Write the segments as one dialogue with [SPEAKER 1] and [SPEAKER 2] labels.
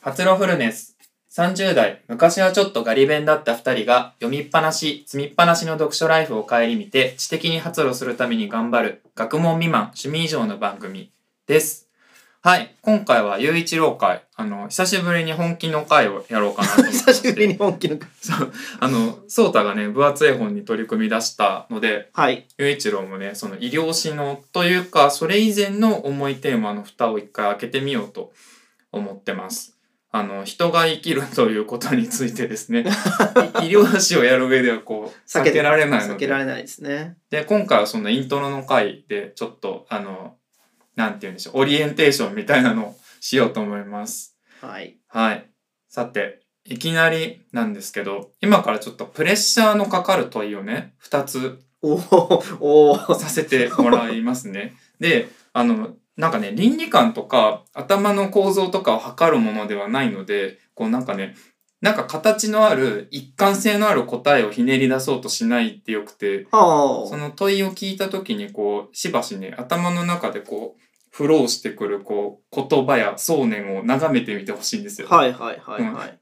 [SPEAKER 1] 発露フルネス。30代、昔はちょっとガリ弁だった2人が読みっぱなし、積みっぱなしの読書ライフを顧みて知的に発露するために頑張る学問未満、趣味以上の番組です。はい、今回は雄一郎会、あの、久しぶりに本気の会をやろうかなと思って。
[SPEAKER 2] 久しぶりに本気の
[SPEAKER 1] そう、あの、ソータがね、分厚い本に取り組み出したので、
[SPEAKER 2] はい
[SPEAKER 1] 雄一郎もねその医療史のというかそれ以前の重いテーマの蓋を一回開けてみようと思ってます。あの人が生きるということについてです ねい医療史をやる上ではこう避けられないの
[SPEAKER 2] 避けら
[SPEAKER 1] で
[SPEAKER 2] れないですね
[SPEAKER 1] で今回はそのイントロの回でちょっとあのなんて言うんでしょうオリエンテーションみたいなのをしようと思います。
[SPEAKER 2] はい
[SPEAKER 1] はい。さて、いきなりなんですけど、今からちょっとプレッシャーのかかる問いをね、2つ
[SPEAKER 2] おーおー
[SPEAKER 1] させてもらいますね。で、あの、なんかね、倫理観とか頭の構造とかを測るものではないので、こうなんかね、なんか形のある一貫性のある答えをひねり出そうとしないってよくて、
[SPEAKER 2] は
[SPEAKER 1] その問いを聞いた時にこう、しばしね、頭の中でこう、フローしてくるこう、言葉や想念を眺めてみてほしいんですよ。
[SPEAKER 2] あはいはいはいはい、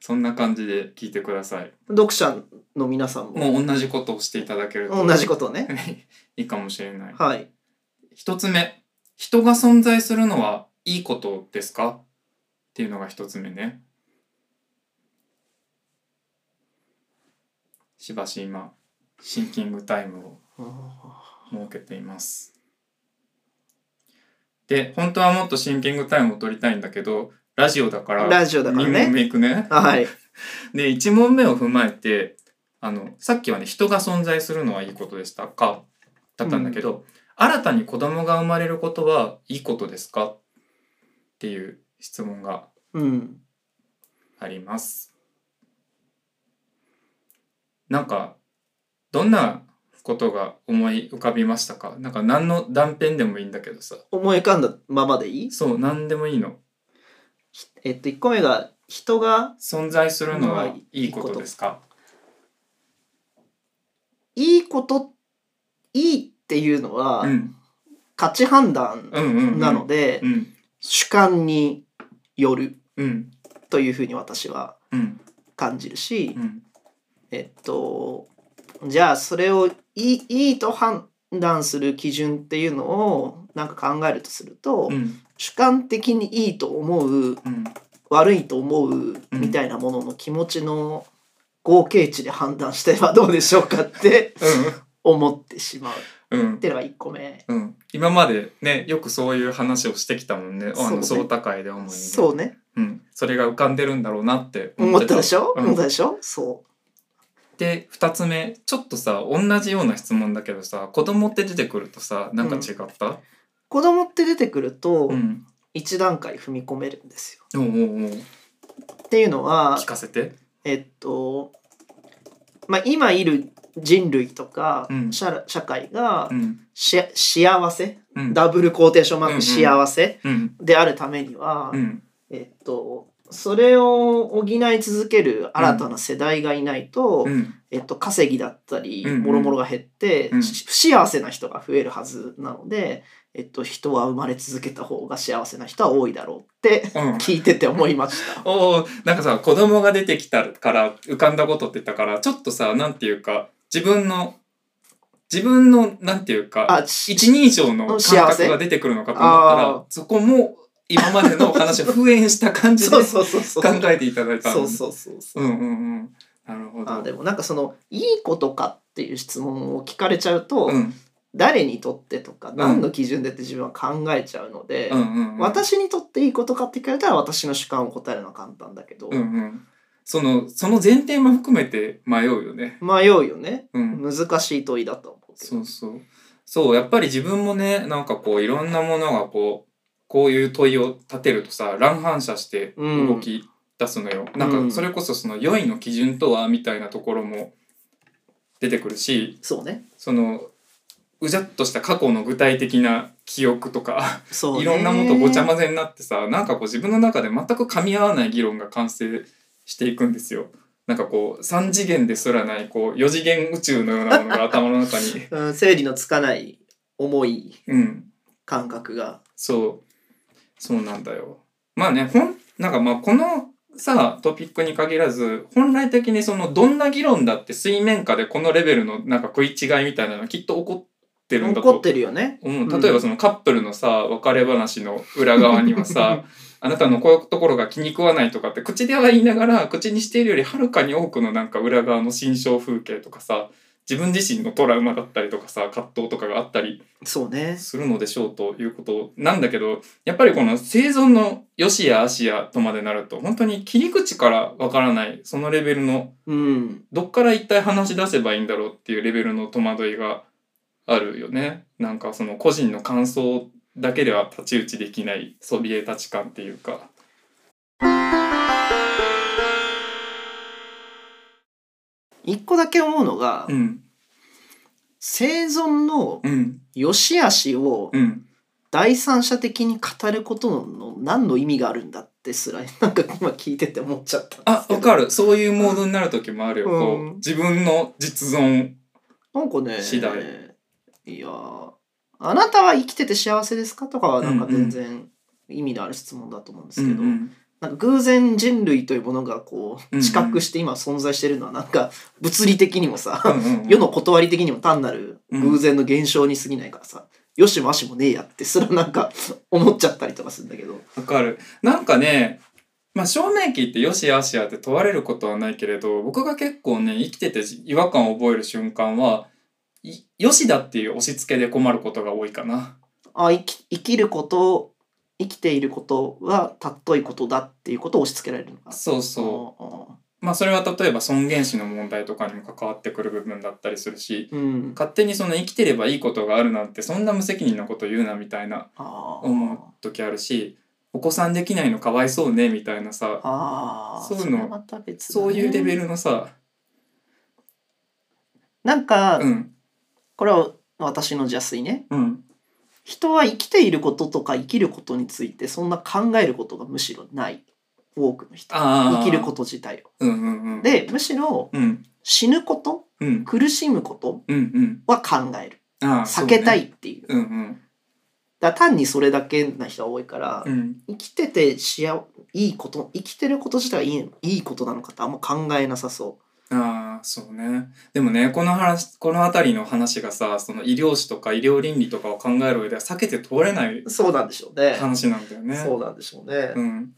[SPEAKER 1] そんな感じで聞いてください。
[SPEAKER 2] 読者の皆さんも
[SPEAKER 1] もう同じことをしていただけると。
[SPEAKER 2] 同じことね
[SPEAKER 1] いいかもしれない。
[SPEAKER 2] はい
[SPEAKER 1] 一つ目人が存在するのはいいことですかっていうのが一つ目ねしばし今シンキングタイムを設けていますで本当はもっとシンキングタイムを取りたいんだけどラジオだから
[SPEAKER 2] ラジオだから
[SPEAKER 1] 2問
[SPEAKER 2] ね
[SPEAKER 1] 目いくね
[SPEAKER 2] はい
[SPEAKER 1] で1問目を踏まえてあのさっきはね人が存在するのはいいことでしたかだったんだけど、新たに子供が生まれることはいいことですかっていう質問が
[SPEAKER 2] うん
[SPEAKER 1] あります。なんかどんなことが思い浮かびましたかなんか何の断片でもいいんだけどさ
[SPEAKER 2] 思い浮かんだままでいい
[SPEAKER 1] そう何でもいいの
[SPEAKER 2] えっと1個目が人が
[SPEAKER 1] 存在するのはいいことですか
[SPEAKER 2] いいこといいっていうのは、
[SPEAKER 1] うん
[SPEAKER 2] 価値判断
[SPEAKER 1] うんうんうん
[SPEAKER 2] なので、
[SPEAKER 1] うん
[SPEAKER 2] 主観による
[SPEAKER 1] うん
[SPEAKER 2] というふうに私は
[SPEAKER 1] うん
[SPEAKER 2] 感じるし、
[SPEAKER 1] うん
[SPEAKER 2] えっとじゃあそれをいいいいと判断する基準っていうのをなんか考えるとすると、
[SPEAKER 1] うん
[SPEAKER 2] 主観的にいいと思う
[SPEAKER 1] うん
[SPEAKER 2] 悪いと思うみたいなものの気持ちの合計値で判断してはどうでしょう かって思ってしまうっ
[SPEAKER 1] うんうん
[SPEAKER 2] ていうのが1個目。
[SPEAKER 1] うん、今までねよくそういう話をしてきたもんねあの
[SPEAKER 2] そうね
[SPEAKER 1] 総高いで主にね
[SPEAKER 2] そうね
[SPEAKER 1] うん、それが浮かんでるんだろうなって
[SPEAKER 2] 思ったでしょ、
[SPEAKER 1] うん
[SPEAKER 2] 思ったでしょそ
[SPEAKER 1] で2つ目ちょっとさ同じような質問だけどさ子供って出てくるとさなんか違った、
[SPEAKER 2] う子供って出てくると、
[SPEAKER 1] うん
[SPEAKER 2] 一段階踏み込めるんですよ。
[SPEAKER 1] おうおうおう
[SPEAKER 2] っていうのは
[SPEAKER 1] 聞かせて
[SPEAKER 2] えっと、まあ、今いる人類とか、
[SPEAKER 1] うん
[SPEAKER 2] 社社会が
[SPEAKER 1] うん
[SPEAKER 2] し幸せ、
[SPEAKER 1] うん
[SPEAKER 2] ダブルコーテーションマー
[SPEAKER 1] うんうん
[SPEAKER 2] ク幸せ
[SPEAKER 1] うん
[SPEAKER 2] であるためには、
[SPEAKER 1] うん
[SPEAKER 2] えっと、それを補い続ける新たな世代がいないと、
[SPEAKER 1] うん
[SPEAKER 2] えっと、稼ぎだったり
[SPEAKER 1] うんうん
[SPEAKER 2] もろもろが減って、
[SPEAKER 1] うん
[SPEAKER 2] し不幸せな人が増えるはずなので、えっと、人は生まれ続けた方が幸せな人は多いだろうって
[SPEAKER 1] うん
[SPEAKER 2] 聞いてて思いました。
[SPEAKER 1] おうなんかさ子供が出てきたから浮かんだことって言ったからちょっとさなんていうか自分の自分のなんていうか
[SPEAKER 2] あし
[SPEAKER 1] 一人称の感
[SPEAKER 2] 幸
[SPEAKER 1] 覚
[SPEAKER 2] せ
[SPEAKER 1] が出てくるのかと思った
[SPEAKER 2] あ
[SPEAKER 1] ら
[SPEAKER 2] ー
[SPEAKER 1] そこも今までのお話を復縁した感じで
[SPEAKER 2] そう
[SPEAKER 1] 考
[SPEAKER 2] そうそうそう。
[SPEAKER 1] えていただいた
[SPEAKER 2] そう
[SPEAKER 1] う
[SPEAKER 2] そうそうそう。
[SPEAKER 1] うんうんうんなるほ
[SPEAKER 2] あ
[SPEAKER 1] ど
[SPEAKER 2] でもなんかそのいいことかっていう質問を聞かれちゃうと、
[SPEAKER 1] うん
[SPEAKER 2] 誰にとってとか何の基準でって自分は考えちゃうので、
[SPEAKER 1] うんうんうん
[SPEAKER 2] 私にとっていいことかって聞かれたら私の主観を答えるのは簡単だけど、
[SPEAKER 1] うんうんそのその前提も含めて迷うよね
[SPEAKER 2] 迷うよね
[SPEAKER 1] うん
[SPEAKER 2] 難しい問いだと思うけど
[SPEAKER 1] そうそう。そう、やっぱり自分もね、なんかこう、いろんなものがこう、こういう問いを立てるとさ、乱反射して
[SPEAKER 2] うん
[SPEAKER 1] 動き出すのよ。な
[SPEAKER 2] うんん
[SPEAKER 1] か、それこそその、良いの基準とは、みたいなところも出てくるし、
[SPEAKER 2] そうね
[SPEAKER 1] その、うじゃっとした過去の具体的な記憶とか、
[SPEAKER 2] そうね
[SPEAKER 1] いろんなものとごちゃ混ぜになってさ、なんかこう、自分の中で全く噛み合わない議論が完成していくんですよ。なんかこう、3次元ですらない、こう、4次元宇宙のようなものが頭の中 に。
[SPEAKER 2] うん、整理のつかない重い
[SPEAKER 1] うん。
[SPEAKER 2] 感覚が
[SPEAKER 1] そう。そうなんだよ。まあね、本なんかまあこのさトピックに限らず本来的にそのどんな議論だって水面下でこのレベルのなんか食い違いみたいなのきっと起こってるんだ
[SPEAKER 2] 怒っ
[SPEAKER 1] と
[SPEAKER 2] てるよね。
[SPEAKER 1] 思
[SPEAKER 2] う
[SPEAKER 1] うん例えばそのカップルのさ別れ話の裏側にはさあなたのこういうところが気に食わないとかって口では言いながら口にしているよりはるかに多くのなんか裏側の心象風景とかさ自分自身のトラウマだったりとかさ葛藤とかがあったり
[SPEAKER 2] そうね。
[SPEAKER 1] するのでしょうということなんだけどやっぱりこの生存の良しや悪しやとまでなると本当に切り口からわからないそのレベルの
[SPEAKER 2] うん。
[SPEAKER 1] どっから一体話し出せばいいんだろうっていうレベルの戸惑いがあるよねなんかその個人の感想だけでは太刀打ちできないそびえ立ち感っていうか
[SPEAKER 2] 一個だけ思うのが、
[SPEAKER 1] うん
[SPEAKER 2] 生存の
[SPEAKER 1] うん
[SPEAKER 2] 良し悪しを
[SPEAKER 1] うん
[SPEAKER 2] 第三者的に語ることの何の意味があるんだってすら、なんか今聞いてて思っちゃったんで
[SPEAKER 1] あ
[SPEAKER 2] すけど。
[SPEAKER 1] わかるそういうモードになる時もあるよ、こ
[SPEAKER 2] うん
[SPEAKER 1] う自分の実存
[SPEAKER 2] なんかね、
[SPEAKER 1] 次第
[SPEAKER 2] いやーあなたは生きてて幸せですかとかはなんか全然意味のある質問だと思うんですけど、
[SPEAKER 1] うんうん
[SPEAKER 2] なんか偶然人類というものがこ
[SPEAKER 1] うんう
[SPEAKER 2] うん知覚して今存在してるのはなんか物理的にもさ、
[SPEAKER 1] うんうん
[SPEAKER 2] 世の断り的にも単なる偶然の現象に過ぎないからさ、よしもあしもねえやってすらなんか思っちゃったりとかするんだけど、
[SPEAKER 1] わかる。なんかね、まあ、照明期ってよしあしやって問われることはないけれど、僕が結構ね、生きてて違和感を覚える瞬間は、いよしだっていう押し付けで困ることが多いかな。
[SPEAKER 2] あ生き生きること生きていることは尊いことだっていうことを押し付けられるのか
[SPEAKER 1] そうそうう。まあそれは例えば尊厳死の問題とかにも関わってくる部分だったりするし、
[SPEAKER 2] うん
[SPEAKER 1] 勝手にその生きてればいいことがあるなんてそんな無責任なこと言うなみたいな
[SPEAKER 2] あー
[SPEAKER 1] 思う時あるし、お子さんできないのかわいそうねみたいなさ、
[SPEAKER 2] ああ
[SPEAKER 1] そういうの
[SPEAKER 2] れはまた別だね
[SPEAKER 1] そういうレベルのさ、
[SPEAKER 2] なんか、
[SPEAKER 1] うん、
[SPEAKER 2] これは私の邪推ね
[SPEAKER 1] うん、
[SPEAKER 2] 人は生きていることとか生きることについてそんな考えることがむしろない多くの人
[SPEAKER 1] ああ。
[SPEAKER 2] 生きること自体を
[SPEAKER 1] うんうんうん。
[SPEAKER 2] でむしろ
[SPEAKER 1] うん
[SPEAKER 2] 死ぬこと
[SPEAKER 1] うん
[SPEAKER 2] 苦しむこと
[SPEAKER 1] うん
[SPEAKER 2] は考える
[SPEAKER 1] うん。ああ
[SPEAKER 2] 避けたい。っていう
[SPEAKER 1] そうねうん
[SPEAKER 2] だから単にそれだけな人が多いから、
[SPEAKER 1] うんうん。
[SPEAKER 2] 生きててしあいいこと生きてること自体はいいいいことなのかってあんま考えなさそ
[SPEAKER 1] ああそうね。でもねこの話この辺りの話がさその医療史とか医療倫理とかを考える上では避けて通れないう
[SPEAKER 2] そうなんでしょうね
[SPEAKER 1] 話なんだよね。
[SPEAKER 2] そうなんでしょうね、
[SPEAKER 1] うん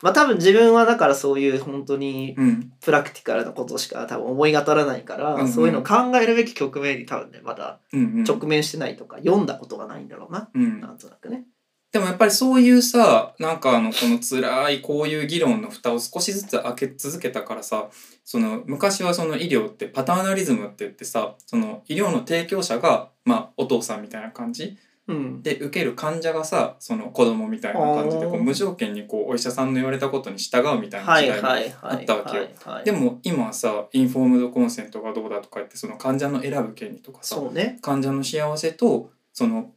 [SPEAKER 2] まあ多分自分はだからそういう本当に
[SPEAKER 1] うん
[SPEAKER 2] プラクティカルなことしか多分思い当たらないから、
[SPEAKER 1] うんうん
[SPEAKER 2] そういうのを考えるべき局面に多分ねまだ
[SPEAKER 1] うんうん。
[SPEAKER 2] 直面してないとか、読んだことがないんだろうな、
[SPEAKER 1] うん
[SPEAKER 2] なんとなくね。
[SPEAKER 1] でもやっぱりそういうさなんかあのこの辛いこういう議論の蓋を少しずつ開け続けたからさその昔はその医療ってパターナリズムって言ってさその医療の提供者が、まあ、お父さんみたいな感じ
[SPEAKER 2] うん、
[SPEAKER 1] で受ける患者がさその子供みたいな感じで
[SPEAKER 2] あー
[SPEAKER 1] こう無条件にこうお医者さんの言われたことに従うみたいな
[SPEAKER 2] はい
[SPEAKER 1] 時
[SPEAKER 2] はい
[SPEAKER 1] 代も
[SPEAKER 2] はいはい
[SPEAKER 1] あったわけよ。
[SPEAKER 2] はい
[SPEAKER 1] でも今はさインフォームドコンセントがどうだとか言ってその患者の選ぶ権利とかさ
[SPEAKER 2] そうね
[SPEAKER 1] 患者の幸せとその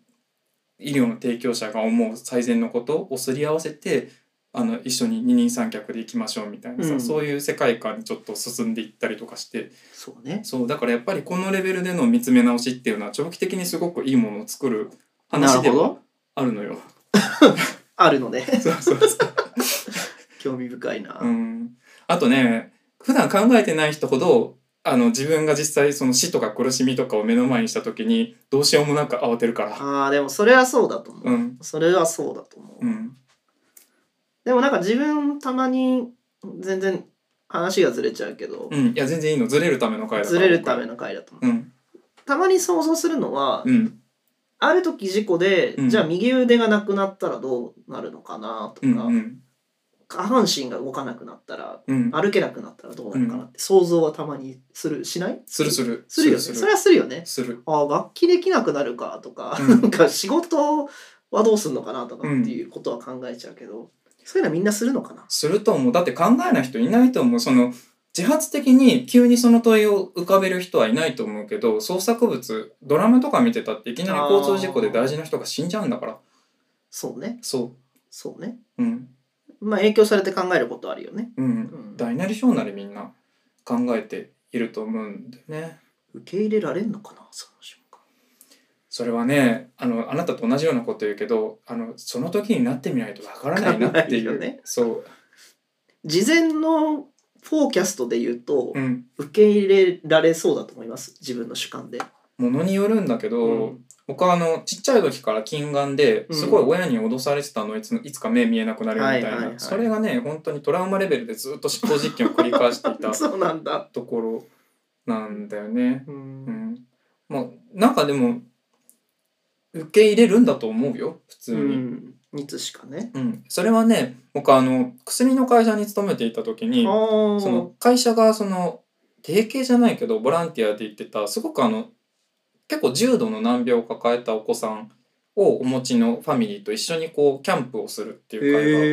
[SPEAKER 1] 医療の提供者が思う最善のことをすり合わせてあの一緒に二人三脚でいきましょうみたいなさ、
[SPEAKER 2] うん
[SPEAKER 1] そういう世界観にちょっと進んでいったりとかして
[SPEAKER 2] そうね
[SPEAKER 1] そうだからやっぱりこのレベルでの見つめ直しっていうのは長期的にすごくいいものを作る話で
[SPEAKER 2] なるほ
[SPEAKER 1] は
[SPEAKER 2] ど
[SPEAKER 1] あるのよ。
[SPEAKER 2] あるのね
[SPEAKER 1] そうそうそう
[SPEAKER 2] 興味深いな、
[SPEAKER 1] うん、あとね普段考えてない人ほどあの自分が実際その死とか苦しみとかを目の前にした時にどうしようもなく慌てるから。
[SPEAKER 2] あーでもそれはそうだと思う、
[SPEAKER 1] うん
[SPEAKER 2] それはそうだと思う、
[SPEAKER 1] うん
[SPEAKER 2] でもなんか自分たまに全然話がずれちゃうけど、
[SPEAKER 1] うん、いや全然いいのずれるための回だから
[SPEAKER 2] ずれるための回だと思う、
[SPEAKER 1] うん
[SPEAKER 2] たまに想像するのは、
[SPEAKER 1] うん
[SPEAKER 2] ある時事故で、
[SPEAKER 1] うん
[SPEAKER 2] じゃあ右腕がなくなったらどうなるのかなとか、
[SPEAKER 1] うんうん
[SPEAKER 2] 下半身が動かなくなったら
[SPEAKER 1] うん
[SPEAKER 2] 歩けなくなったらどうなるかなって想像はたまにするしない
[SPEAKER 1] するする
[SPEAKER 2] するよね
[SPEAKER 1] す
[SPEAKER 2] そ
[SPEAKER 1] る
[SPEAKER 2] れはするよね
[SPEAKER 1] する
[SPEAKER 2] ああ楽器できなくなるかとか、
[SPEAKER 1] うん
[SPEAKER 2] なんか仕事はどうすんのかなとかっていうことは考えちゃうけど、そういうのはみんなするのかな
[SPEAKER 1] すると思うだって考えない人いないと思うその自発的に急にその問いを浮かべる人はいないと思うけど創作物ドラマとか見てたっていきなり交通事故で大事な人が死んじゃうんだから
[SPEAKER 2] そうね
[SPEAKER 1] そ
[SPEAKER 2] そうね
[SPEAKER 1] ううん
[SPEAKER 2] まあ影響されて考えることはあるよね、
[SPEAKER 1] う
[SPEAKER 2] うんん、
[SPEAKER 1] 大なり小なりみんな考えていると思うんだよね
[SPEAKER 2] 受け入れられんのかなその瞬間
[SPEAKER 1] それはねあのあなたと同じようなこと言うけどあのその時になってみないとわからないなってい
[SPEAKER 2] わ
[SPEAKER 1] う
[SPEAKER 2] かんないよね
[SPEAKER 1] そう、
[SPEAKER 2] 事前のフォーキャストで言うと、
[SPEAKER 1] うん、
[SPEAKER 2] 受け入れられそうだと思います自分の主観で。
[SPEAKER 1] ものによるんだけど、
[SPEAKER 2] うん
[SPEAKER 1] 僕はあのちっちゃい時から近眼で
[SPEAKER 2] うん
[SPEAKER 1] すごい親に脅されてたのいついつか目見えなくなるみたいな、
[SPEAKER 2] はいはいはい
[SPEAKER 1] それがね本当にトラウマレベルでずっと執行実験を繰り返してい た
[SPEAKER 2] そうなんだ。
[SPEAKER 1] ところなんだよね。
[SPEAKER 2] う
[SPEAKER 1] うんん、まあなんかでも受け入れるんだと思うよ普通
[SPEAKER 2] う
[SPEAKER 1] に。
[SPEAKER 2] ん、いつしかね。
[SPEAKER 1] うん、それはね僕あの薬の会社に勤めていた時に
[SPEAKER 2] あー
[SPEAKER 1] その会社がその提携じゃないけどボランティアで行ってたすごくあの結構重度の難病を抱えたお子さんをお持ちのファミリーと一緒にこうキャンプをするっていう会があって、い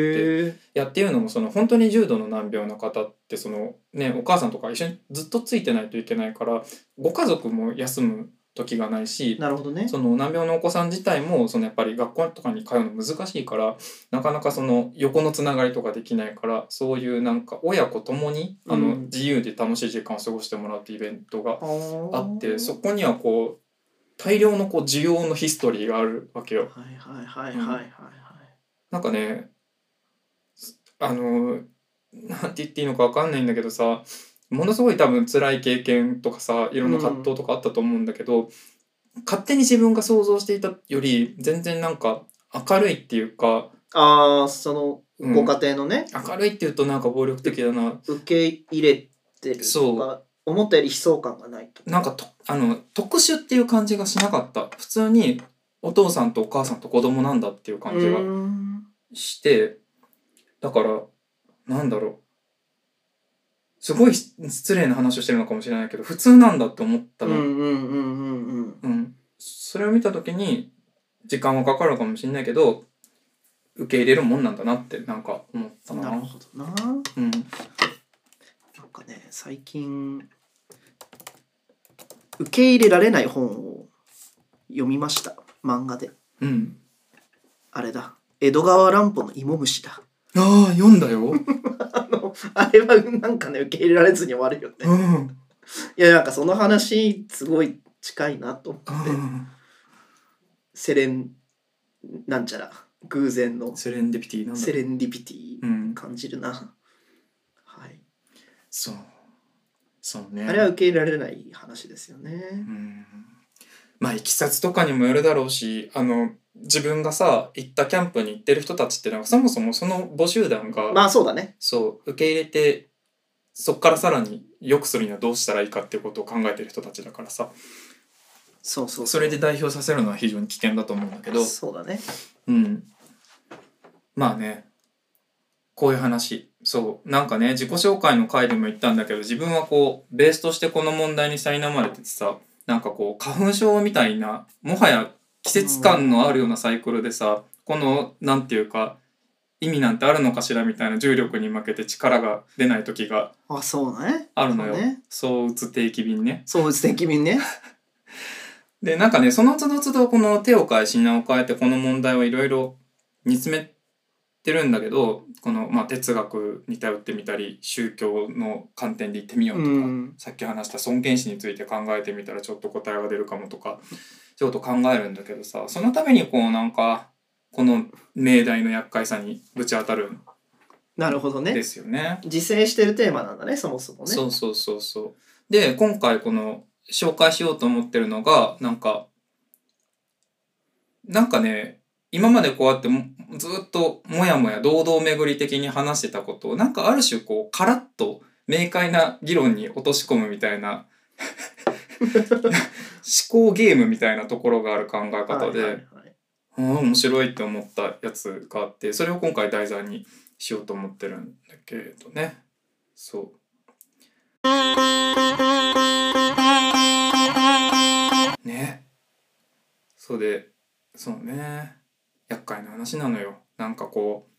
[SPEAKER 2] へえ
[SPEAKER 1] やっていうのもその本当に重度の難病の方ってその、ね、お母さんとか一緒にずっとついてないといけないからご家族も休む時がないし
[SPEAKER 2] なるほどね。
[SPEAKER 1] その難病のお子さん自体もそのやっぱり学校とかに通うの難しいからなかなかその横のつながりとかできないからそういうなんか親子ともにあ
[SPEAKER 2] う
[SPEAKER 1] の
[SPEAKER 2] ん
[SPEAKER 1] 自由で楽しい時間を過ごしてもらうってイベントがあ
[SPEAKER 2] あ
[SPEAKER 1] って、
[SPEAKER 2] ー
[SPEAKER 1] そこにはこう大量のこう需要のヒストリーがあるわけよ。
[SPEAKER 2] はいはいはいはいはいはい。
[SPEAKER 1] なんかねすあのなんて言っていいのかわかんないんだけどさものすごい多分辛い経験とかさいろんな葛藤とかあったと思うんだけど、勝手に自分が想像していたより全然なんか明るいっていうか、
[SPEAKER 2] ああその
[SPEAKER 1] うん
[SPEAKER 2] ご家庭のね、
[SPEAKER 1] 明るいっていうとなんか暴力的だな
[SPEAKER 2] 受け入れてる
[SPEAKER 1] そ
[SPEAKER 2] と
[SPEAKER 1] う
[SPEAKER 2] か思ったより悲壮感がないと。
[SPEAKER 1] なんかとあの特殊っていう感じがしなかった普通にお父さんとお母さんと子供なんだっていう感じが
[SPEAKER 2] うーん
[SPEAKER 1] してだからなんだろうすごいし失礼な話をしてるのかもしれないけど普通なんだって思った
[SPEAKER 2] うん
[SPEAKER 1] の、
[SPEAKER 2] うんうんうんうん。
[SPEAKER 1] うんそれを見た時に時間はかかるかもしれないけど受け入れるもんなんだなってなんか思ったな
[SPEAKER 2] なるほどな。なん
[SPEAKER 1] うん、
[SPEAKER 2] かね最近受け入れられない本を読みました漫画で
[SPEAKER 1] うん、
[SPEAKER 2] あれだ江戸川乱歩の芋虫だ。
[SPEAKER 1] ああ読んだよ、
[SPEAKER 2] あのあれはなんかね受け入れられずに終わるよね。
[SPEAKER 1] うん
[SPEAKER 2] いやなんかその話すごい近いなと思って、セレンなんちゃら偶然の
[SPEAKER 1] セレンディピティなんだ
[SPEAKER 2] セレンディピティ
[SPEAKER 1] うん
[SPEAKER 2] 感じるな、はい、
[SPEAKER 1] そうそうね
[SPEAKER 2] あれは受け入れられない話ですよ
[SPEAKER 1] う
[SPEAKER 2] ね。
[SPEAKER 1] んまあいきさつとかにもよるだろうしあの自分がさ行ったキャンプに行ってる人たちってなんかそもそもその募集団が、
[SPEAKER 2] まあそうだね
[SPEAKER 1] そう受け入れてそっからさらに良くするにはどうしたらいいかっていうことを考えてる人たちだからさ
[SPEAKER 2] そうそう
[SPEAKER 1] それで代表させるのは非常に危険だと思うんだけど、
[SPEAKER 2] そうだね
[SPEAKER 1] うん、まあねこういう話そうなんかね自己紹介の回でも言ったんだけど自分はこうベースとしてこの問題に苛まれててさなんかこう花粉症みたいなもはや季節感のあるようなサイクルでさこのなんていうか意味なんてあるのかしらみたいな重力に負けて力が出ない時が
[SPEAKER 2] あそうだね
[SPEAKER 1] あるのよ
[SPEAKER 2] そうね
[SPEAKER 1] そう打つ定期便ね。
[SPEAKER 2] そうですね君 ね
[SPEAKER 1] でなんかねその都度都度この手を変え品を変えてこの問題をいろいろ煮詰めてるんだけどこの、まあ、哲学に頼ってみたり宗教の観点で言ってみようと
[SPEAKER 2] う
[SPEAKER 1] か、
[SPEAKER 2] ん
[SPEAKER 1] さっき話した尊厳死について考えてみたらちょっと答えが出るかもとかちょっと考えるんだけどさそのためにこうなんかこの命題の厄介さにぶち当たるん
[SPEAKER 2] なるほど
[SPEAKER 1] で
[SPEAKER 2] ね
[SPEAKER 1] すよね。
[SPEAKER 2] 自制してるテーマなんだねそもそもね
[SPEAKER 1] そうそうそうそう。で今回この紹介しようと思ってるのがなんかなんかね今までこうやってもずっともやもや堂々巡り的に話してたことをなんかある種こうカラッと明快な議論に落とし込むみたい な思考ゲームみたいなところがある考え方で、
[SPEAKER 2] はいはいはい
[SPEAKER 1] うん面白いって思ったやつがあってそれを今回題材にしようと思ってるんだけどねそうねそうでそうね厄介な話なのよなんかこう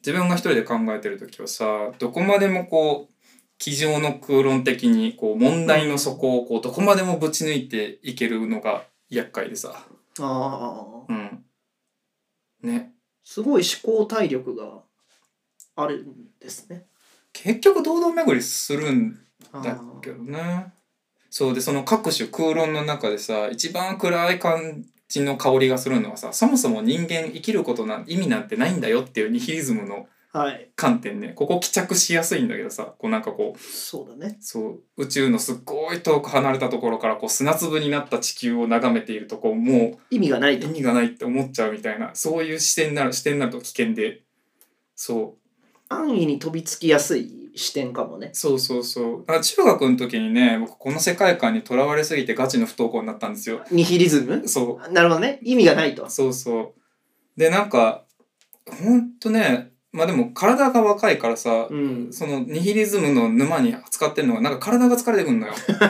[SPEAKER 1] 自分が一人で考えてる時はさどこまでもこう机上の空論的にこう問題の底をこうどこまでもぶち抜いていけるのが厄介でさ。
[SPEAKER 2] ああ
[SPEAKER 1] うん。ね。
[SPEAKER 2] すごい思考体力があるんですね
[SPEAKER 1] 結局堂々巡りするん
[SPEAKER 2] あ
[SPEAKER 1] だ
[SPEAKER 2] ー
[SPEAKER 1] けどね。そうでその各種空論の中でさ一番暗い感じの香りがするのはさそもそも人間生きることなん意味なんてないんだよっていうニヒリズムの
[SPEAKER 2] はい
[SPEAKER 1] 観点ねここ帰着しやすいんだけどさこうなんかこう
[SPEAKER 2] そうだね
[SPEAKER 1] そう宇宙のすっごい遠く離れたところからこう砂粒になった地球を眺めているとこうも
[SPEAKER 2] 意味がないうと
[SPEAKER 1] 意味がないって思っちゃうみたいなそういう視点になる視点になると危険でそう
[SPEAKER 2] 安易に飛びつきやすい視点かもね
[SPEAKER 1] そうそうそう。あ中学の時にね、僕この世界観にとらわれすぎてガチの不登校になったんですよ。
[SPEAKER 2] ニヒリズム
[SPEAKER 1] そ
[SPEAKER 2] なるほどね意味がないと
[SPEAKER 1] う、そうそう。で、なんか、ほんとね、まあでも体が若いからさ、
[SPEAKER 2] うん、
[SPEAKER 1] そのニヒリズムの沼に使ってるのが、なんか体が疲れてく んのよ、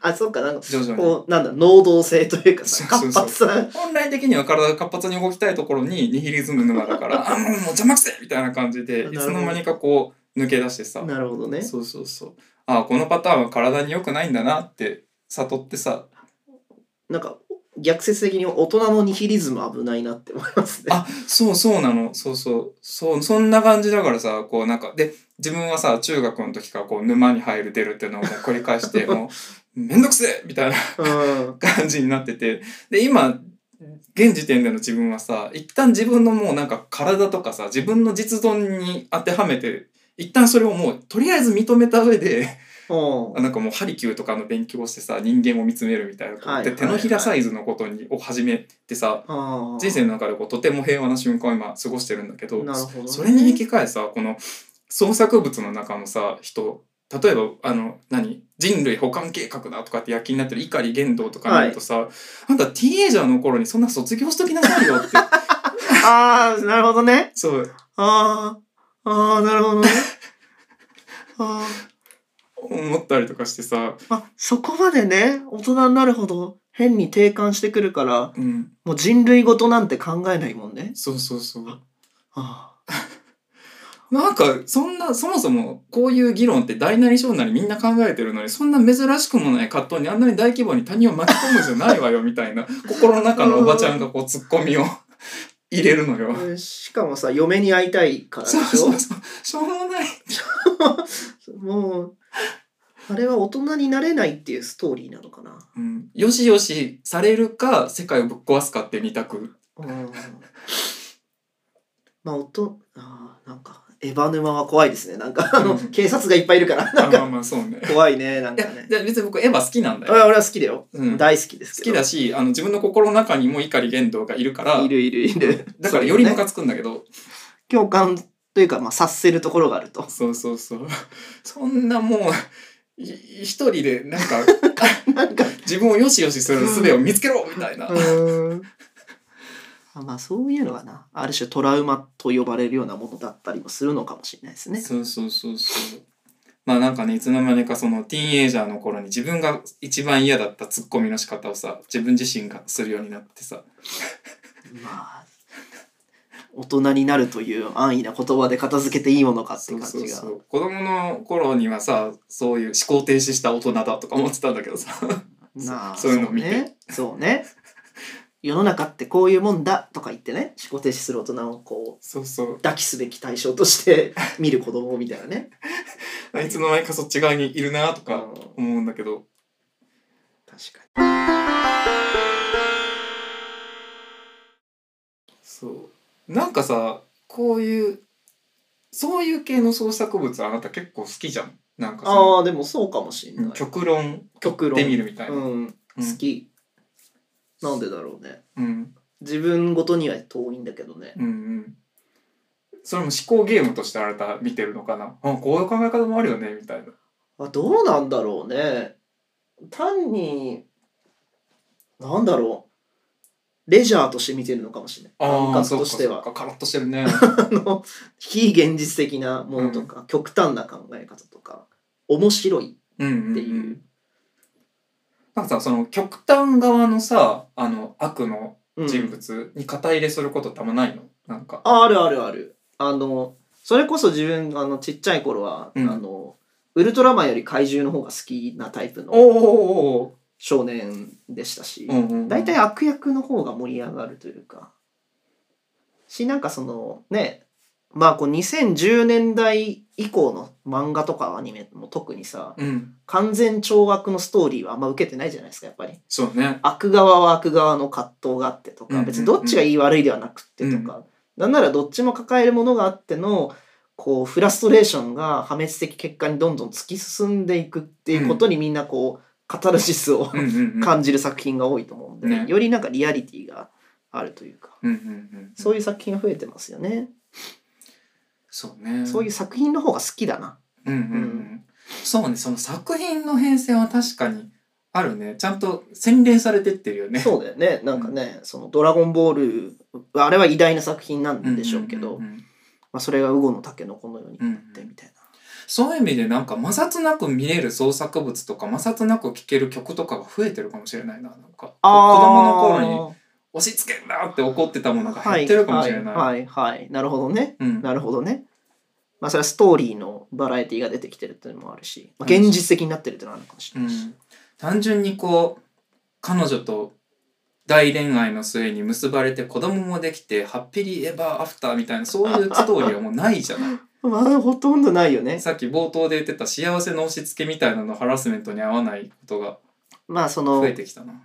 [SPEAKER 2] あそうかなんか
[SPEAKER 1] 徐々に。
[SPEAKER 2] こうなんだ能動性というかさ
[SPEAKER 1] そうそう
[SPEAKER 2] 活
[SPEAKER 1] そう
[SPEAKER 2] 発さ
[SPEAKER 1] 本来的には体が活発に動きたいところにニヒリズム沼だ から、あ、もうもう邪魔くせえみたいな感じで、
[SPEAKER 2] ないるほど
[SPEAKER 1] つの間にかこう抜け出してさ、
[SPEAKER 2] なるほどね
[SPEAKER 1] そうそうそう。あこのパターンは体に良くないんだなって悟ってさ、
[SPEAKER 2] なんか逆説的に大人のニヒリズム危ないなって思いますね
[SPEAKER 1] あそうそうなのそうそうそうそんな感じだからさこうなんかで自分はさ中学の時からこう沼に入る出るっていうのをもう繰り返して もうめんどくせえみたいな
[SPEAKER 2] うん
[SPEAKER 1] 感じになっててで今現時点での自分はさ一旦自分のもうなんか体とかさ自分の実存に当てはめて一旦それをもうとりあえず認めた上で
[SPEAKER 2] うん
[SPEAKER 1] あなんかもうハリキューとかの勉強をしてさ人間を見つめるみたいなこと、
[SPEAKER 2] はいはいはい
[SPEAKER 1] で手のひらサイズのことにを始めてさ
[SPEAKER 2] あー
[SPEAKER 1] 人生の中でこうとても平和な瞬間を今過ごしてるんだけど
[SPEAKER 2] なるほどね
[SPEAKER 1] それに引き換えさこの創作物の中のさ人例えばあの何人類保完計画だとかって躍起になってる碇玄道とか見るとさ、あんたティーンエイジャーの頃にそんな卒業しときなさいよって
[SPEAKER 2] あーなるほどね
[SPEAKER 1] そう
[SPEAKER 2] あーあーなるほどねあー
[SPEAKER 1] 思ったりとかしてさ、
[SPEAKER 2] あそこまでね大人になるほど変に定感してくるから
[SPEAKER 1] うん、
[SPEAKER 2] もう人類ごとなんて考えないもんね
[SPEAKER 1] そうそうそう
[SPEAKER 2] あ
[SPEAKER 1] なんかそんなそもそもこういう議論って大なり小なりみんな考えてるのにそんな珍しくもない葛藤にあんなに大規模に他人を巻き込むじゃないわよみたいな心の中のおばちゃんがこうツッコミを入れるのよ。
[SPEAKER 2] ーしかもさ嫁に会いたいからでし
[SPEAKER 1] そ
[SPEAKER 2] ょ
[SPEAKER 1] うそうそうしょうもない
[SPEAKER 2] もうあれは大人になれないっていうストーリーなのかな。
[SPEAKER 1] うん、よしよしされるか世界をぶっ壊すかって二択
[SPEAKER 2] うんまあ音あーなんかエヴァ沼は怖いですねなんかあの、
[SPEAKER 1] うん
[SPEAKER 2] 警察がいっぱいいるから
[SPEAKER 1] あ
[SPEAKER 2] なん
[SPEAKER 1] まあ
[SPEAKER 2] か
[SPEAKER 1] まあそうね
[SPEAKER 2] 怖いねなん
[SPEAKER 1] い
[SPEAKER 2] か
[SPEAKER 1] や
[SPEAKER 2] ね。
[SPEAKER 1] じゃあ別に僕エヴァ好きなんだよ、
[SPEAKER 2] 俺俺は好きだよ、
[SPEAKER 1] うん、好
[SPEAKER 2] 大好きです
[SPEAKER 1] き
[SPEAKER 2] けど。
[SPEAKER 1] だしあの自分の心の中にも碇玄道がいるから
[SPEAKER 2] いるいるいる。
[SPEAKER 1] だからよりム
[SPEAKER 2] そうね
[SPEAKER 1] カつくんだけど
[SPEAKER 2] 共感というかまあ察せるところがあると。
[SPEAKER 1] そうそうそうそんなもうい一人でなんか
[SPEAKER 2] なんか
[SPEAKER 1] 自分をよしよしする術を見つけろみたいな、
[SPEAKER 2] うーん。あまあそういうのがなある種トラウマと呼ばれるようなものだったりもするのかもしれないですね。
[SPEAKER 1] そうそうそうそうまあなんかねいつの間にかそのティーンエイジャーの頃に自分が一番嫌だったツッコミの仕方をさ自分自身がするようになってさ
[SPEAKER 2] まあ大人になるという安易な言葉で片付けていいものかって
[SPEAKER 1] そ
[SPEAKER 2] 感
[SPEAKER 1] う
[SPEAKER 2] じが
[SPEAKER 1] そうそう子供の頃にはさそういう思考停止した大人だとか思ってたんだけどさ
[SPEAKER 2] なあ
[SPEAKER 1] そうそういうのを見て
[SPEAKER 2] ねそう ね世の中ってこういうもんだとか言ってね思考停止する大人をこ
[SPEAKER 1] そうそう
[SPEAKER 2] う抱きすべき対象として 見る子供みたいなね、
[SPEAKER 1] いつの間にかそっち側にいるなと
[SPEAKER 2] うん、
[SPEAKER 1] か
[SPEAKER 2] 確か
[SPEAKER 1] 思うんだけど
[SPEAKER 2] に
[SPEAKER 1] そうなんかさこういうそういう系の創作物あなた結構好きじゃんなんか
[SPEAKER 2] ああでもそうかもしん
[SPEAKER 1] う
[SPEAKER 2] なんい、
[SPEAKER 1] 極論
[SPEAKER 2] 極論
[SPEAKER 1] で見るみたいな、
[SPEAKER 2] うん、好
[SPEAKER 1] うん
[SPEAKER 2] きなんでだろうね
[SPEAKER 1] うん
[SPEAKER 2] 自分ごとには遠いんだけどね
[SPEAKER 1] うんうんそれも思考ゲームとしてあなた見てるのかなあこういう考え方もあるよねみたいな
[SPEAKER 2] あどうなんだろうね単になんだろうレジャーとして見てるのかもしれない
[SPEAKER 1] あ
[SPEAKER 2] 感
[SPEAKER 1] あ
[SPEAKER 2] 覚
[SPEAKER 1] そう
[SPEAKER 2] と
[SPEAKER 1] か
[SPEAKER 2] して
[SPEAKER 1] そう
[SPEAKER 2] は
[SPEAKER 1] かカラッとしてる ね
[SPEAKER 2] あの非現実的なものとか、極端な考え方とか面白い
[SPEAKER 1] うんうん、うん、
[SPEAKER 2] っていう
[SPEAKER 1] なんかさその極端側のさあの悪の
[SPEAKER 2] うん
[SPEAKER 1] 人物に肩入れすることってあんまないのなんか
[SPEAKER 2] ああるあるあるあのそれこそ自分あのちっちゃい頃は、
[SPEAKER 1] うん
[SPEAKER 2] あのウルトラマンより怪獣の方が好きなタイプ
[SPEAKER 1] お
[SPEAKER 2] の
[SPEAKER 1] おおお
[SPEAKER 2] 少年でしたし、
[SPEAKER 1] うんうんうん
[SPEAKER 2] 大体悪役の方が盛り上がるというかしなんかそのねまあこう2010年代以降の漫画とかアニメも特にさ
[SPEAKER 1] うん。
[SPEAKER 2] 完全懲悪のストーリーはあんま受けてないじゃないですかやっぱり
[SPEAKER 1] そうね。
[SPEAKER 2] 悪側は悪側の葛藤があってと
[SPEAKER 1] うんうん
[SPEAKER 2] か
[SPEAKER 1] うん
[SPEAKER 2] 別にどっちがいい悪いではなくってとかなんならどっちも抱えるものがあってのこうフラストレーションが破滅的結果にどんどん突き進んでいくっていうことにみんなこうカタルシスを
[SPEAKER 1] うんうんうん。
[SPEAKER 2] 感じる作品が多いと思うんで、
[SPEAKER 1] ね
[SPEAKER 2] よりなんかリアリティがあるというか
[SPEAKER 1] うんうんうん。
[SPEAKER 2] そういう作品が増えてますよね、
[SPEAKER 1] そうね。
[SPEAKER 2] そういう作品の方が好きだな
[SPEAKER 1] うんうんう、
[SPEAKER 2] うん
[SPEAKER 1] そうねその作品の変遷は確かにあるねちゃんと洗練されてってるよね
[SPEAKER 2] そうだよねなんかね「そのドラゴンボール」あれは偉大な作品なんでしょうけど、
[SPEAKER 1] んんうん
[SPEAKER 2] まあ、それが「ウゴの竹のこのように
[SPEAKER 1] うんう
[SPEAKER 2] なって」
[SPEAKER 1] ん
[SPEAKER 2] みたいな、
[SPEAKER 1] そういう意味でなんか摩擦なく見れる創作物とか摩擦なく聴ける曲とかが増えてるかもしれないななんか子供の
[SPEAKER 2] あー
[SPEAKER 1] 頃に押し付けんなって怒ってたものが減ってるかもしれない。
[SPEAKER 2] はいはいはいはいなるほどね
[SPEAKER 1] うん
[SPEAKER 2] なるほどねまあそれはストーリーのバラエティが出てきてるっていうのもあるし、まあ、現実的になってるっていうのはあるかもし
[SPEAKER 1] う
[SPEAKER 2] れないし、
[SPEAKER 1] ん、単純にこう彼女と大恋愛の末に結ばれて子供もできてハッピリエバーアフターみたいなそういうストーリーはもうないじゃない
[SPEAKER 2] まあほとんどないよ ね
[SPEAKER 1] さっき冒頭で言ってた幸せの押し付けみたいなのハラスメントに合わないことが
[SPEAKER 2] まあその
[SPEAKER 1] 増えてきたな。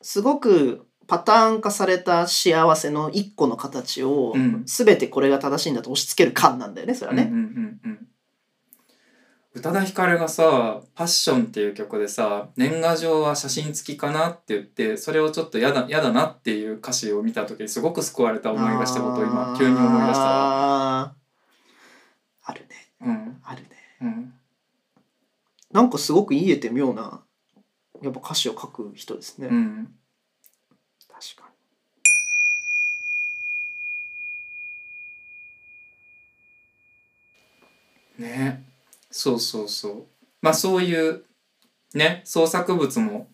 [SPEAKER 2] すごくパターン化された幸せの一個の形を、
[SPEAKER 1] うん
[SPEAKER 2] 全てこれが正しいんだと押し付ける感なんだよねそれは
[SPEAKER 1] うん
[SPEAKER 2] ね。
[SPEAKER 1] うんうんうん宇多田ヒカルがさ「パッション」っていう曲でさ年賀状は写真付きかなって言ってそれをちょっとやだやだなっていう歌詞を見た時にすごく救われた思いがしたことを今急に思い出したわ。
[SPEAKER 2] あーあるね
[SPEAKER 1] うん
[SPEAKER 2] あるね。
[SPEAKER 1] うん
[SPEAKER 2] なんかすごく言えて妙なやっぱ歌詞を書く人ですね。
[SPEAKER 1] うん、
[SPEAKER 2] 確かに
[SPEAKER 1] ねそうそうそうまあそういうね創作物も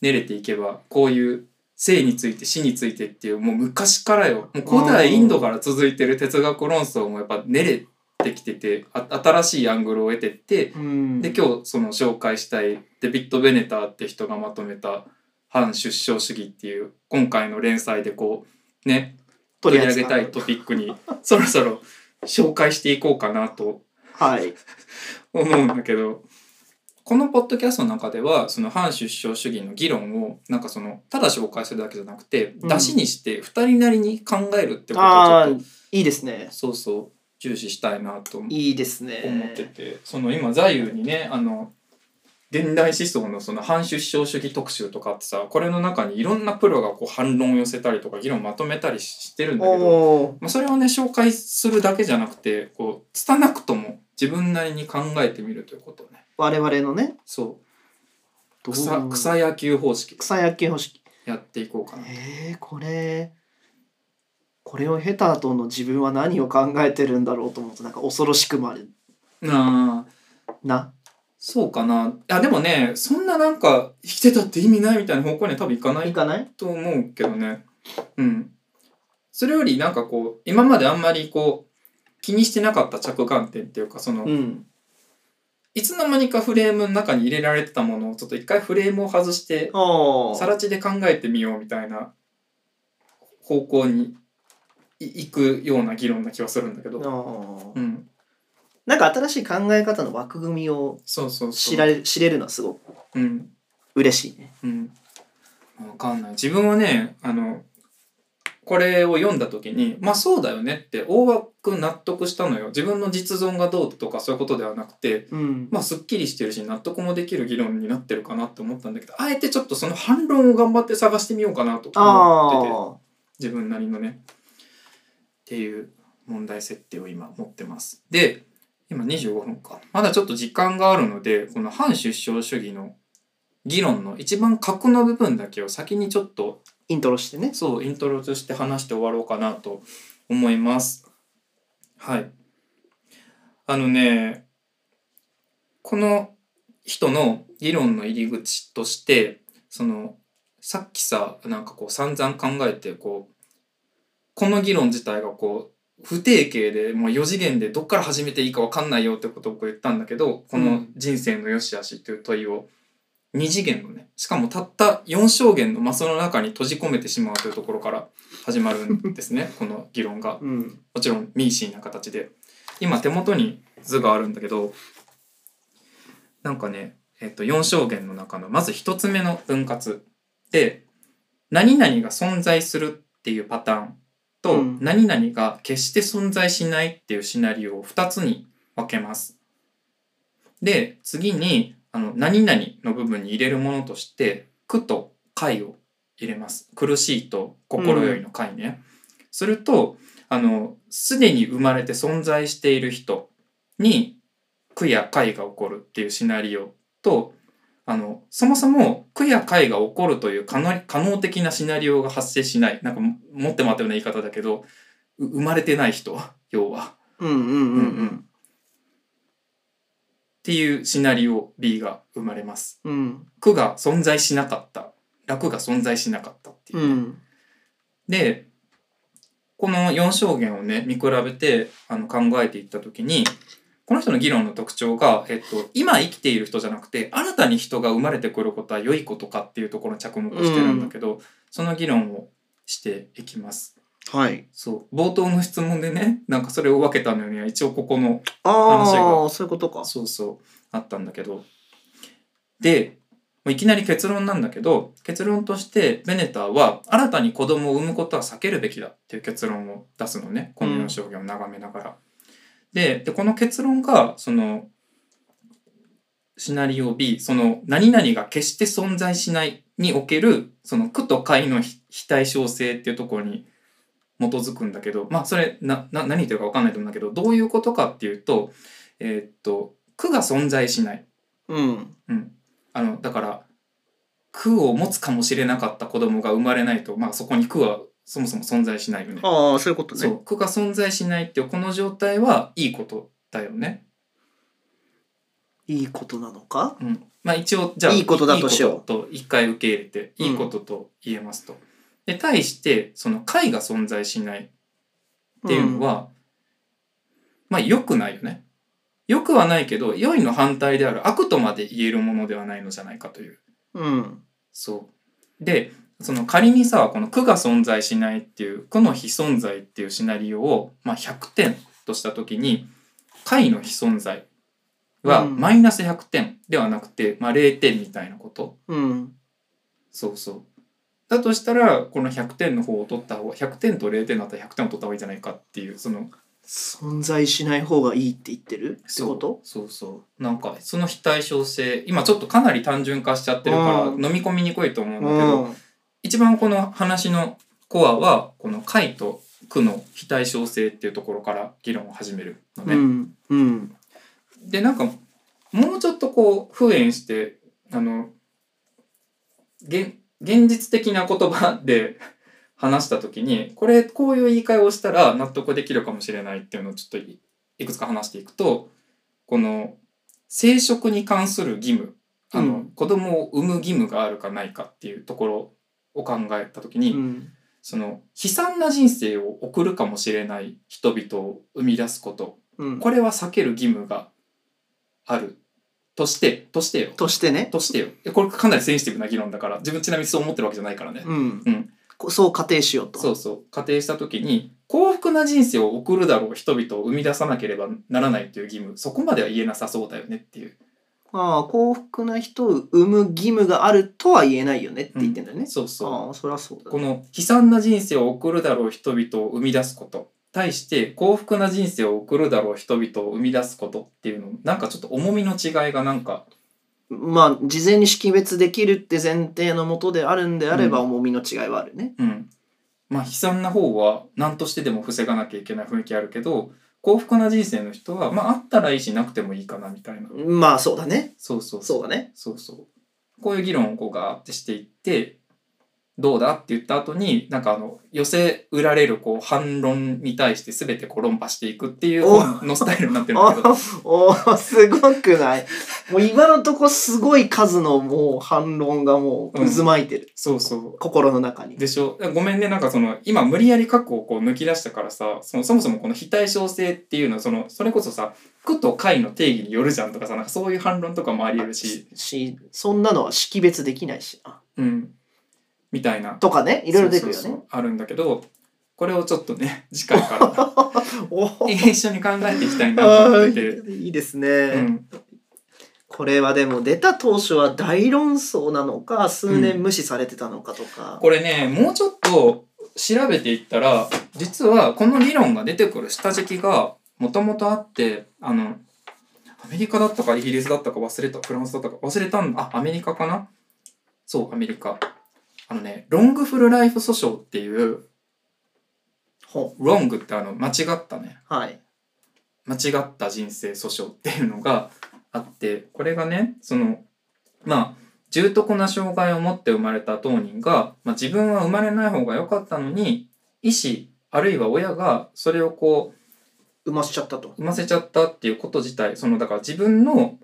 [SPEAKER 1] 練れていけばこういう生について死についてっていうもう昔からよもう古代インドから続いてる哲学論争もやっぱ練れてきててあ新しいアングルを得てって。
[SPEAKER 2] うん
[SPEAKER 1] で今日その紹介したいデビッド・ベネターって人がまとめた「反出生主義」っていう今回の連載でこうね取り上げたいトピック にそろそろ紹介していこうかなと
[SPEAKER 2] はい。
[SPEAKER 1] 思うんだけどこのポッドキャストの中ではその反出生主義の議論をなんかそのただ紹介するだけじゃなくて、
[SPEAKER 2] うん
[SPEAKER 1] 出しにして2人なりに考えるってこと
[SPEAKER 2] ああ
[SPEAKER 1] をちょっ
[SPEAKER 2] ーいいですね
[SPEAKER 1] と。そうそう重視したいなと思
[SPEAKER 2] いいですね。
[SPEAKER 1] っててその今座右にねあの現代思想のその反出生主義特集とかってさこれの中にいろんなプロがこう反論を寄せたりとか議論をまとめたりしてるんだけど
[SPEAKER 2] おお
[SPEAKER 1] まあ、それをね紹介するだけじゃなくてこう拙くとも自分なりに考えてみるということね
[SPEAKER 2] 我々のね
[SPEAKER 1] そう
[SPEAKER 2] どう
[SPEAKER 1] 草草野球方式
[SPEAKER 2] 草野球方式。
[SPEAKER 1] やっていこうかな
[SPEAKER 2] えー、これこれを経た後の自分は何を考えてるんだろうと思うとなんか恐ろしくもある
[SPEAKER 1] あー
[SPEAKER 2] な
[SPEAKER 1] そうかないやでもねそんななんか生きてたって意味ないみたいな方向には多分いかないい
[SPEAKER 2] かない
[SPEAKER 1] と思うけどねうんそれよりなんかこう今まであんまりこう気にしてなかった着眼点っていうかその、
[SPEAKER 2] うん
[SPEAKER 1] いつの間にかフレームの中に入れられてたものをちょっと一回フレームを外して
[SPEAKER 2] あ
[SPEAKER 1] さ
[SPEAKER 2] あ
[SPEAKER 1] ら地で考えてみようみたいな方向にい行くような議論な気はするんだけど、うん、
[SPEAKER 2] なんか新しい考え方の枠組みを
[SPEAKER 1] そうそうそう
[SPEAKER 2] 知られ知れるのはすごく
[SPEAKER 1] うん
[SPEAKER 2] 嬉しいね
[SPEAKER 1] うん分かんない自分はねあのこれを読んだ時にまあそうだよねって大枠納得したのよ自分の実存がどうとかそういうことではなくて
[SPEAKER 2] うん
[SPEAKER 1] まあすっきりしてるし納得もできる議論になってるかなって思ったんだけどあえてちょっとその反論を頑張って探してみようかなと
[SPEAKER 2] あ
[SPEAKER 1] 思ってて
[SPEAKER 2] あ
[SPEAKER 1] 自分なりのねっていう問題設定を今持ってますで今25分かまだちょっと時間があるのでこの反出生主義の議論の一番核の部分だけを先にちょっと
[SPEAKER 2] イントロしてね
[SPEAKER 1] そうイントロとして話して終わろうかなと思いますはいあのねこの人の議論の入り口としてそのさっきさなんかこう散々考えてこうこの議論自体がこう不定形でもう4次元でどっから始めていいか分かんないよってことを僕言ったんだけどこ
[SPEAKER 2] う
[SPEAKER 1] の
[SPEAKER 2] ん
[SPEAKER 1] 「人生の良し悪し」という問いを二次元のね、しかもたった四象限のマスの中に閉じ込めてしまうというところから始まるんですね、こ の議論が。
[SPEAKER 2] うん
[SPEAKER 1] もちろんミーシーな形で。今手元に図があるんだけど、なんかね、えっと、4象限の中のまず1つ目の分割で、何々が存在するっていうパターンと、
[SPEAKER 2] うん
[SPEAKER 1] 何々が決して存在しないっていうシナリオを2つに分けます。で、次に、あの、何々の部分に入れるものとして、苦と快を入れます。苦しいと心よりの快ね。すると、あの、すでに生まれて存在している人に苦や快が起こるっていうシナリオと、あの、そもそも苦や快が起こるという可能可能的なシナリオが発生しない。なんか、も持ってもらったような言い方だけど、う生まれてない人、要は。っ
[SPEAKER 2] うんうんうんうん
[SPEAKER 1] ていうシナリオ B が生まれます。
[SPEAKER 2] うん
[SPEAKER 1] 苦が存在しなかった。楽が存在しなかったっていう
[SPEAKER 2] う
[SPEAKER 1] ね、
[SPEAKER 2] ん
[SPEAKER 1] でこの4象限をね見比べてあの考えていった時にこの人の議論の特徴が、えっと、今生きている人じゃなくて新たに人が生まれてくることは良いことかっていうところに着目してるんだけど、その議論をしていきます。
[SPEAKER 2] はい
[SPEAKER 1] そう冒頭の質問でねなんかそれを分けたのには一応ここの話
[SPEAKER 2] あ
[SPEAKER 1] が
[SPEAKER 2] あそういうことか
[SPEAKER 1] そうそうあったんだけどでもういきなり結論なんだけど結論としてベネターは新たに子供を産むことは避けるべきだっていう結論を出すのねこの4証言を眺めながら。ででこの結論がそのシナリオ B その何々が決して存在しないにおけるその苦と快の非非対称性っていうところに基づくんだけどまあそれなな何言ってるか分かんないと思うんだけどどういうことかっていうとえーっと苦が存在しない、
[SPEAKER 2] うん
[SPEAKER 1] うん、あのだから苦を持つかもしれなかった子供が生まれないと、まあ、そこに苦はそもそも存在しないよね。
[SPEAKER 2] ああそういうこと
[SPEAKER 1] そ
[SPEAKER 2] ね
[SPEAKER 1] う苦が存在しないっていうこの状態はいいことだよね。
[SPEAKER 2] いいことなのか
[SPEAKER 1] うんまあ、一応じゃあ
[SPEAKER 2] いいことだとしよう
[SPEAKER 1] いいことと一回受け入れていいことと言えますと。で対してその解が存在しないっていうのは、まあ良くないよね。良くはないけど良いの反対である悪とまで言えるものではないのじゃないかという。
[SPEAKER 2] うん
[SPEAKER 1] そうでその仮にさこの苦が存在しないっていう苦の非存在っていうシナリオを、まあ、100点とした時に解の非存在は
[SPEAKER 2] うん
[SPEAKER 1] マイナス100点ではなくて、まあ、0点みたいなこと
[SPEAKER 2] うん
[SPEAKER 1] そうそうだとしたらこの100点の方を取った方が100点と0点だったら100点を取った方がいいんじゃないかっていうその
[SPEAKER 2] 存在しない方がいいって言ってるってこと
[SPEAKER 1] そうそうなんかその非対称性今ちょっとかなり単純化しちゃってるから
[SPEAKER 2] うん
[SPEAKER 1] 飲み込みにくいと思うんだけ
[SPEAKER 2] う
[SPEAKER 1] ど、
[SPEAKER 2] ん
[SPEAKER 1] 一番この話のコアはこの解と苦の非対称性っていうところから議論を始めるの
[SPEAKER 2] う
[SPEAKER 1] ね。
[SPEAKER 2] んうん
[SPEAKER 1] でなんかもうちょっとこう復元してあの現現実的な言葉で話した時にこれこういう言い換えをしたら納得できるかもしれないっていうのをちょっといいくつか話していくとこの生殖に関する義務あの、
[SPEAKER 2] うん
[SPEAKER 1] 子供を産む義務があるかないかっていうところを考えた時に、
[SPEAKER 2] うん
[SPEAKER 1] その悲惨な人生を送るかもしれない人々を生み出すこと
[SPEAKER 2] うん
[SPEAKER 1] これは避ける義務があるとしてとしてよ
[SPEAKER 2] としてね
[SPEAKER 1] としてよえこれかなりセンシティブな議論だから自分ちなみにそう思ってるわけじゃないからね、
[SPEAKER 2] うん
[SPEAKER 1] うん
[SPEAKER 2] こそう仮定しようと
[SPEAKER 1] そうそう仮定した時に幸福な人生を送るだろう人々を生み出さなければならないという義務そこまでは言えなさそうだよねっていう
[SPEAKER 2] ああ幸福な人を生む義務があるとは言えないよねって言ってんだよね、
[SPEAKER 1] そうそう
[SPEAKER 2] ああそりゃそうだ
[SPEAKER 1] こ
[SPEAKER 2] ね
[SPEAKER 1] の悲惨な人生を送るだろう人々を生み出すこと対して幸福な人生を送るだろう人々を生み出すことっていうのなんかちょっと重みの違いがなんか
[SPEAKER 2] まあ事前に識別できるって前提のもとであるんであれば重みの違いはあるね、
[SPEAKER 1] うんまあ悲惨な方は何としてでも防がなきゃいけない雰囲気あるけど幸福な人生の人はまああったらいいしなくてもいいかなみたいな
[SPEAKER 2] まあそうだね
[SPEAKER 1] そうそう
[SPEAKER 2] そうだね
[SPEAKER 1] そうそうこういう議論をこうガーってしていってどうだって言った後になんかあの寄せ売られるこう反論に対して全てこう論破していくっていう
[SPEAKER 2] お
[SPEAKER 1] 本のスタイルになってるんだけど
[SPEAKER 2] あおーすごくないもう今のとこすごい数のもう反論がもう渦巻いてる、
[SPEAKER 1] そうそ
[SPEAKER 2] 心の中に
[SPEAKER 1] うでしょごめんねなんかその今無理やり過去をこう抜き出したからさそのそもそもこの非対称性っていうのはそのそれこそさ苦と快の定義によるじゃんとかさなんかそういう反論とかもあり得るし、
[SPEAKER 2] しそんなのは識別できないしな
[SPEAKER 1] うん、みたいな
[SPEAKER 2] とかねいろいろ出てくるよね
[SPEAKER 1] そうそうそうあるんだけどこれをちょっとね次回から
[SPEAKER 2] おー
[SPEAKER 1] 一緒に考えていきたいなと思ってて。
[SPEAKER 2] あーいいですね、
[SPEAKER 1] うん、
[SPEAKER 2] これはでも出た当初は大論争なのか数年無視されてたのかとか、
[SPEAKER 1] これねもうちょっと調べていったら実はこの理論が出てくる下敷きがもともとあってあのアメリカだったかイギリスだったか忘れたフランスだったか忘れたんだあアメリカかなそうアメリカあのねロングフルライフ訴訟っていう
[SPEAKER 2] ほ
[SPEAKER 1] ロングってあの間違ったね
[SPEAKER 2] うはい
[SPEAKER 1] 間違った人生訴訟っていうのがあってこれがねそのまあ重篤な障害を持って生まれた当人が、まあ、自分は生まれない方が良かったのに医師あるいは親がそれをこ
[SPEAKER 2] 埋ましちゃったと
[SPEAKER 1] う産ませちゃったっていうこと自体そのだから自分の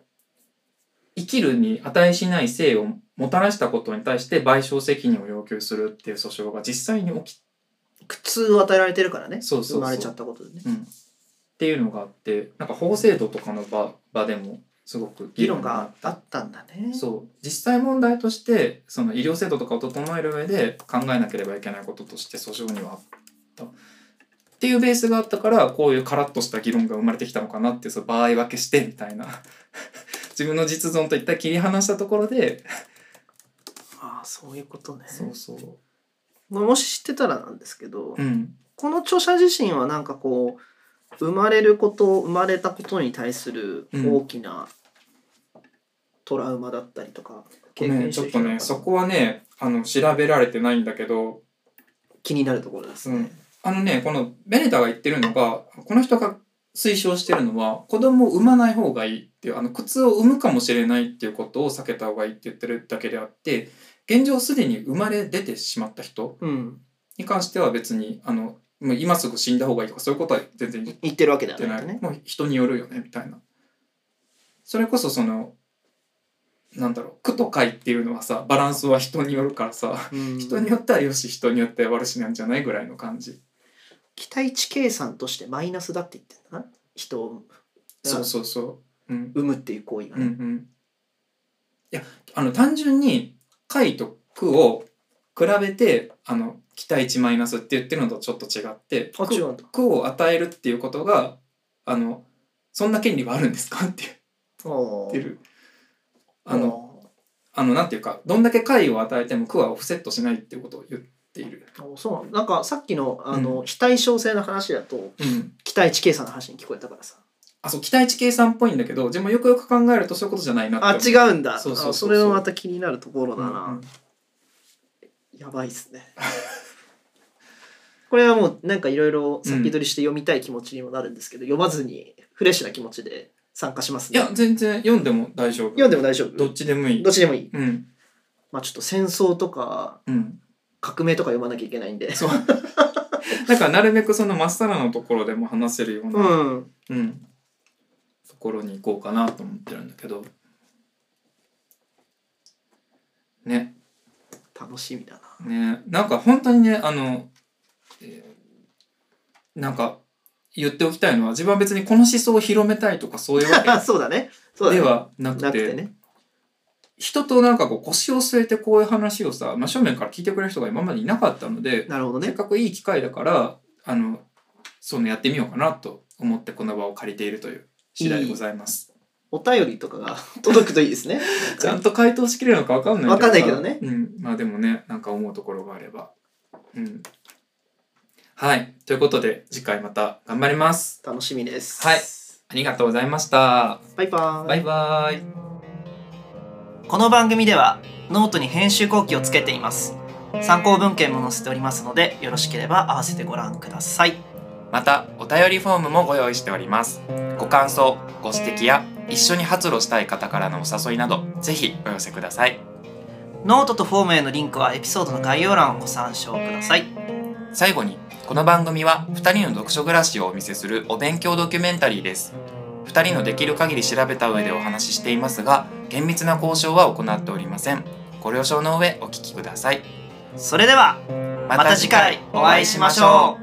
[SPEAKER 1] 生きるに値しない性をもたらしたことに対して賠償責任を要求するっていう訴訟が実際に起き
[SPEAKER 2] 苦痛を与えられてるからね
[SPEAKER 1] そうそうそう
[SPEAKER 2] 生まれちゃったことでね
[SPEAKER 1] うん、っていうのがあってなんか法制度とかの場場でもすごく
[SPEAKER 2] 議論が
[SPEAKER 1] な
[SPEAKER 2] あったんだね
[SPEAKER 1] そう実際問題としてその医療制度とかを整える上で考えなければいけないこととして訴訟にはあったっていうベースがあったからこういうカラッとした議論が生まれてきたのかなってその場合分けしてみたいな 自分の実存と一体切り離したところで
[SPEAKER 2] ああそういうことね
[SPEAKER 1] そうそう
[SPEAKER 2] もし知ってたらなんですけど、
[SPEAKER 1] うん
[SPEAKER 2] この著者自身はなんかこう生まれること生まれたことに対する大きなトラウマだったりとか経
[SPEAKER 1] ね
[SPEAKER 2] 験
[SPEAKER 1] ち
[SPEAKER 2] し
[SPEAKER 1] ょって
[SPEAKER 2] きた
[SPEAKER 1] と
[SPEAKER 2] のか
[SPEAKER 1] ね
[SPEAKER 2] な
[SPEAKER 1] そこはねあの調べられてないんだけど
[SPEAKER 2] 気になるところですね。
[SPEAKER 1] あのね、このベネタが言ってるのが、この人が推奨してるのは、子供を産まない方がいいっていう、あの、苦痛を産むかもしれないっていうことを避けた方がいいって言ってるだけであって、現状すでに生まれ出てしまった人
[SPEAKER 2] うん、
[SPEAKER 1] に関しては別に、あの、もう今すぐ死んだ方がいいとか、そういうことは全然言っ
[SPEAKER 2] 言ってるわけでは
[SPEAKER 1] て
[SPEAKER 2] な
[SPEAKER 1] ないい。
[SPEAKER 2] とね。
[SPEAKER 1] もう人によるよね、みたいな。それこそその、なんだろう、苦と快っていうのはさ、バランスは人によるからさ、
[SPEAKER 2] うん
[SPEAKER 1] 人によってはよし、人によっては悪しなんじゃないぐらいの感じ。
[SPEAKER 2] 期待値計算としてマイナスだって言ってんだな人を
[SPEAKER 1] そうそうそう。うん。
[SPEAKER 2] 産むっていう行為が
[SPEAKER 1] うんう
[SPEAKER 2] ね。
[SPEAKER 1] ん。いや、あの、単純に、解と句を比べて、あの、期待値マイナスって言ってるのとちょっと違って、
[SPEAKER 2] あ違うんだ
[SPEAKER 1] 句句を与えるっていうことが、あの、そんな権利はあるんですかって
[SPEAKER 2] お
[SPEAKER 1] 言
[SPEAKER 2] ー
[SPEAKER 1] ってる。あの、
[SPEAKER 2] お
[SPEAKER 1] あの、なんていうか、どんだけ解を与えても句はオフセットしないっていうことを言っている。
[SPEAKER 2] ーおそうなんだなんかさっきのあの、非対称性の話だと
[SPEAKER 1] うん。
[SPEAKER 2] 期待値計算の話に聞こえたからさ。
[SPEAKER 1] あ、そう、期待値計算っぽいんだけど、でもよくよく考えるとそういうことじゃないなって
[SPEAKER 2] あ
[SPEAKER 1] 思う。
[SPEAKER 2] 違うんだ。
[SPEAKER 1] そうそうそうそう
[SPEAKER 2] あそれもまた気になるところ
[SPEAKER 1] う
[SPEAKER 2] だ
[SPEAKER 1] ん
[SPEAKER 2] な。
[SPEAKER 1] うん
[SPEAKER 2] やばいっすね。 これはもうなんかいろいろ先取りして読みたい気持ちにもなるんですけど、読まずにフレッシュな気持ちで参加します
[SPEAKER 1] い
[SPEAKER 2] ね。
[SPEAKER 1] や、全然読んでも大丈夫。
[SPEAKER 2] 読んでも大丈夫
[SPEAKER 1] どっちでもいい
[SPEAKER 2] ど。っちでもいい。
[SPEAKER 1] うん。
[SPEAKER 2] まあちょっと戦争とか
[SPEAKER 1] うん。
[SPEAKER 2] 革命とか読まなきゃいけないんで。
[SPEAKER 1] そう。だからなるべくそのまっさらのところでも話せるよう
[SPEAKER 2] う
[SPEAKER 1] な、
[SPEAKER 2] ん。
[SPEAKER 1] うんところに行こうかなと思ってるんだけど。ね、
[SPEAKER 2] 楽しみだな。
[SPEAKER 1] ね、なんか本当にね、あの、えーなんか言っておきたいのは、自分は別にこの思想を広めたいとかそういうわ
[SPEAKER 2] そうだね。そう
[SPEAKER 1] け
[SPEAKER 2] だ
[SPEAKER 1] で
[SPEAKER 2] ね。
[SPEAKER 1] はな
[SPEAKER 2] な
[SPEAKER 1] く
[SPEAKER 2] くて
[SPEAKER 1] て、
[SPEAKER 2] ね。
[SPEAKER 1] 人となんかこう腰を据えてこういう話をさ、真正面から聞いてくれる人が今までいなかったので、
[SPEAKER 2] なるほど
[SPEAKER 1] せっ
[SPEAKER 2] ね。
[SPEAKER 1] かくいい機会だからあのそのやってみようかなと思ってこの場を借りているという次第でございます
[SPEAKER 2] お便りとかが 届くといいですね。
[SPEAKER 1] ちゃんと回答しきれるのか分かんない
[SPEAKER 2] わかんないけどね
[SPEAKER 1] うん、まあでもねなんか思うところがあればうんはいということで次回また頑張ります
[SPEAKER 2] 楽しみです。
[SPEAKER 1] はい。ありがとうございました
[SPEAKER 2] バイバーイ。
[SPEAKER 1] バイバイ
[SPEAKER 2] この番組ではノートに編集後期をつけています参考文献も載せておりますのでよろしければ合わせてご覧ください
[SPEAKER 1] またお便りフォームもご用意しておりますご感想ご指摘や一緒に発露したい方からのお誘いなどぜひお寄せください
[SPEAKER 2] ノートとフォームへのリンクはエピソードの概要欄をご参照ください。
[SPEAKER 1] 最後にこの番組は2人の読書暮らしをお見せするお勉強ドキュメンタリーです2人のできる限り調べた上でお話ししていますが厳密な交渉は行っておりませんご了承の上お聞きください
[SPEAKER 2] それではまた次回お会いしましょう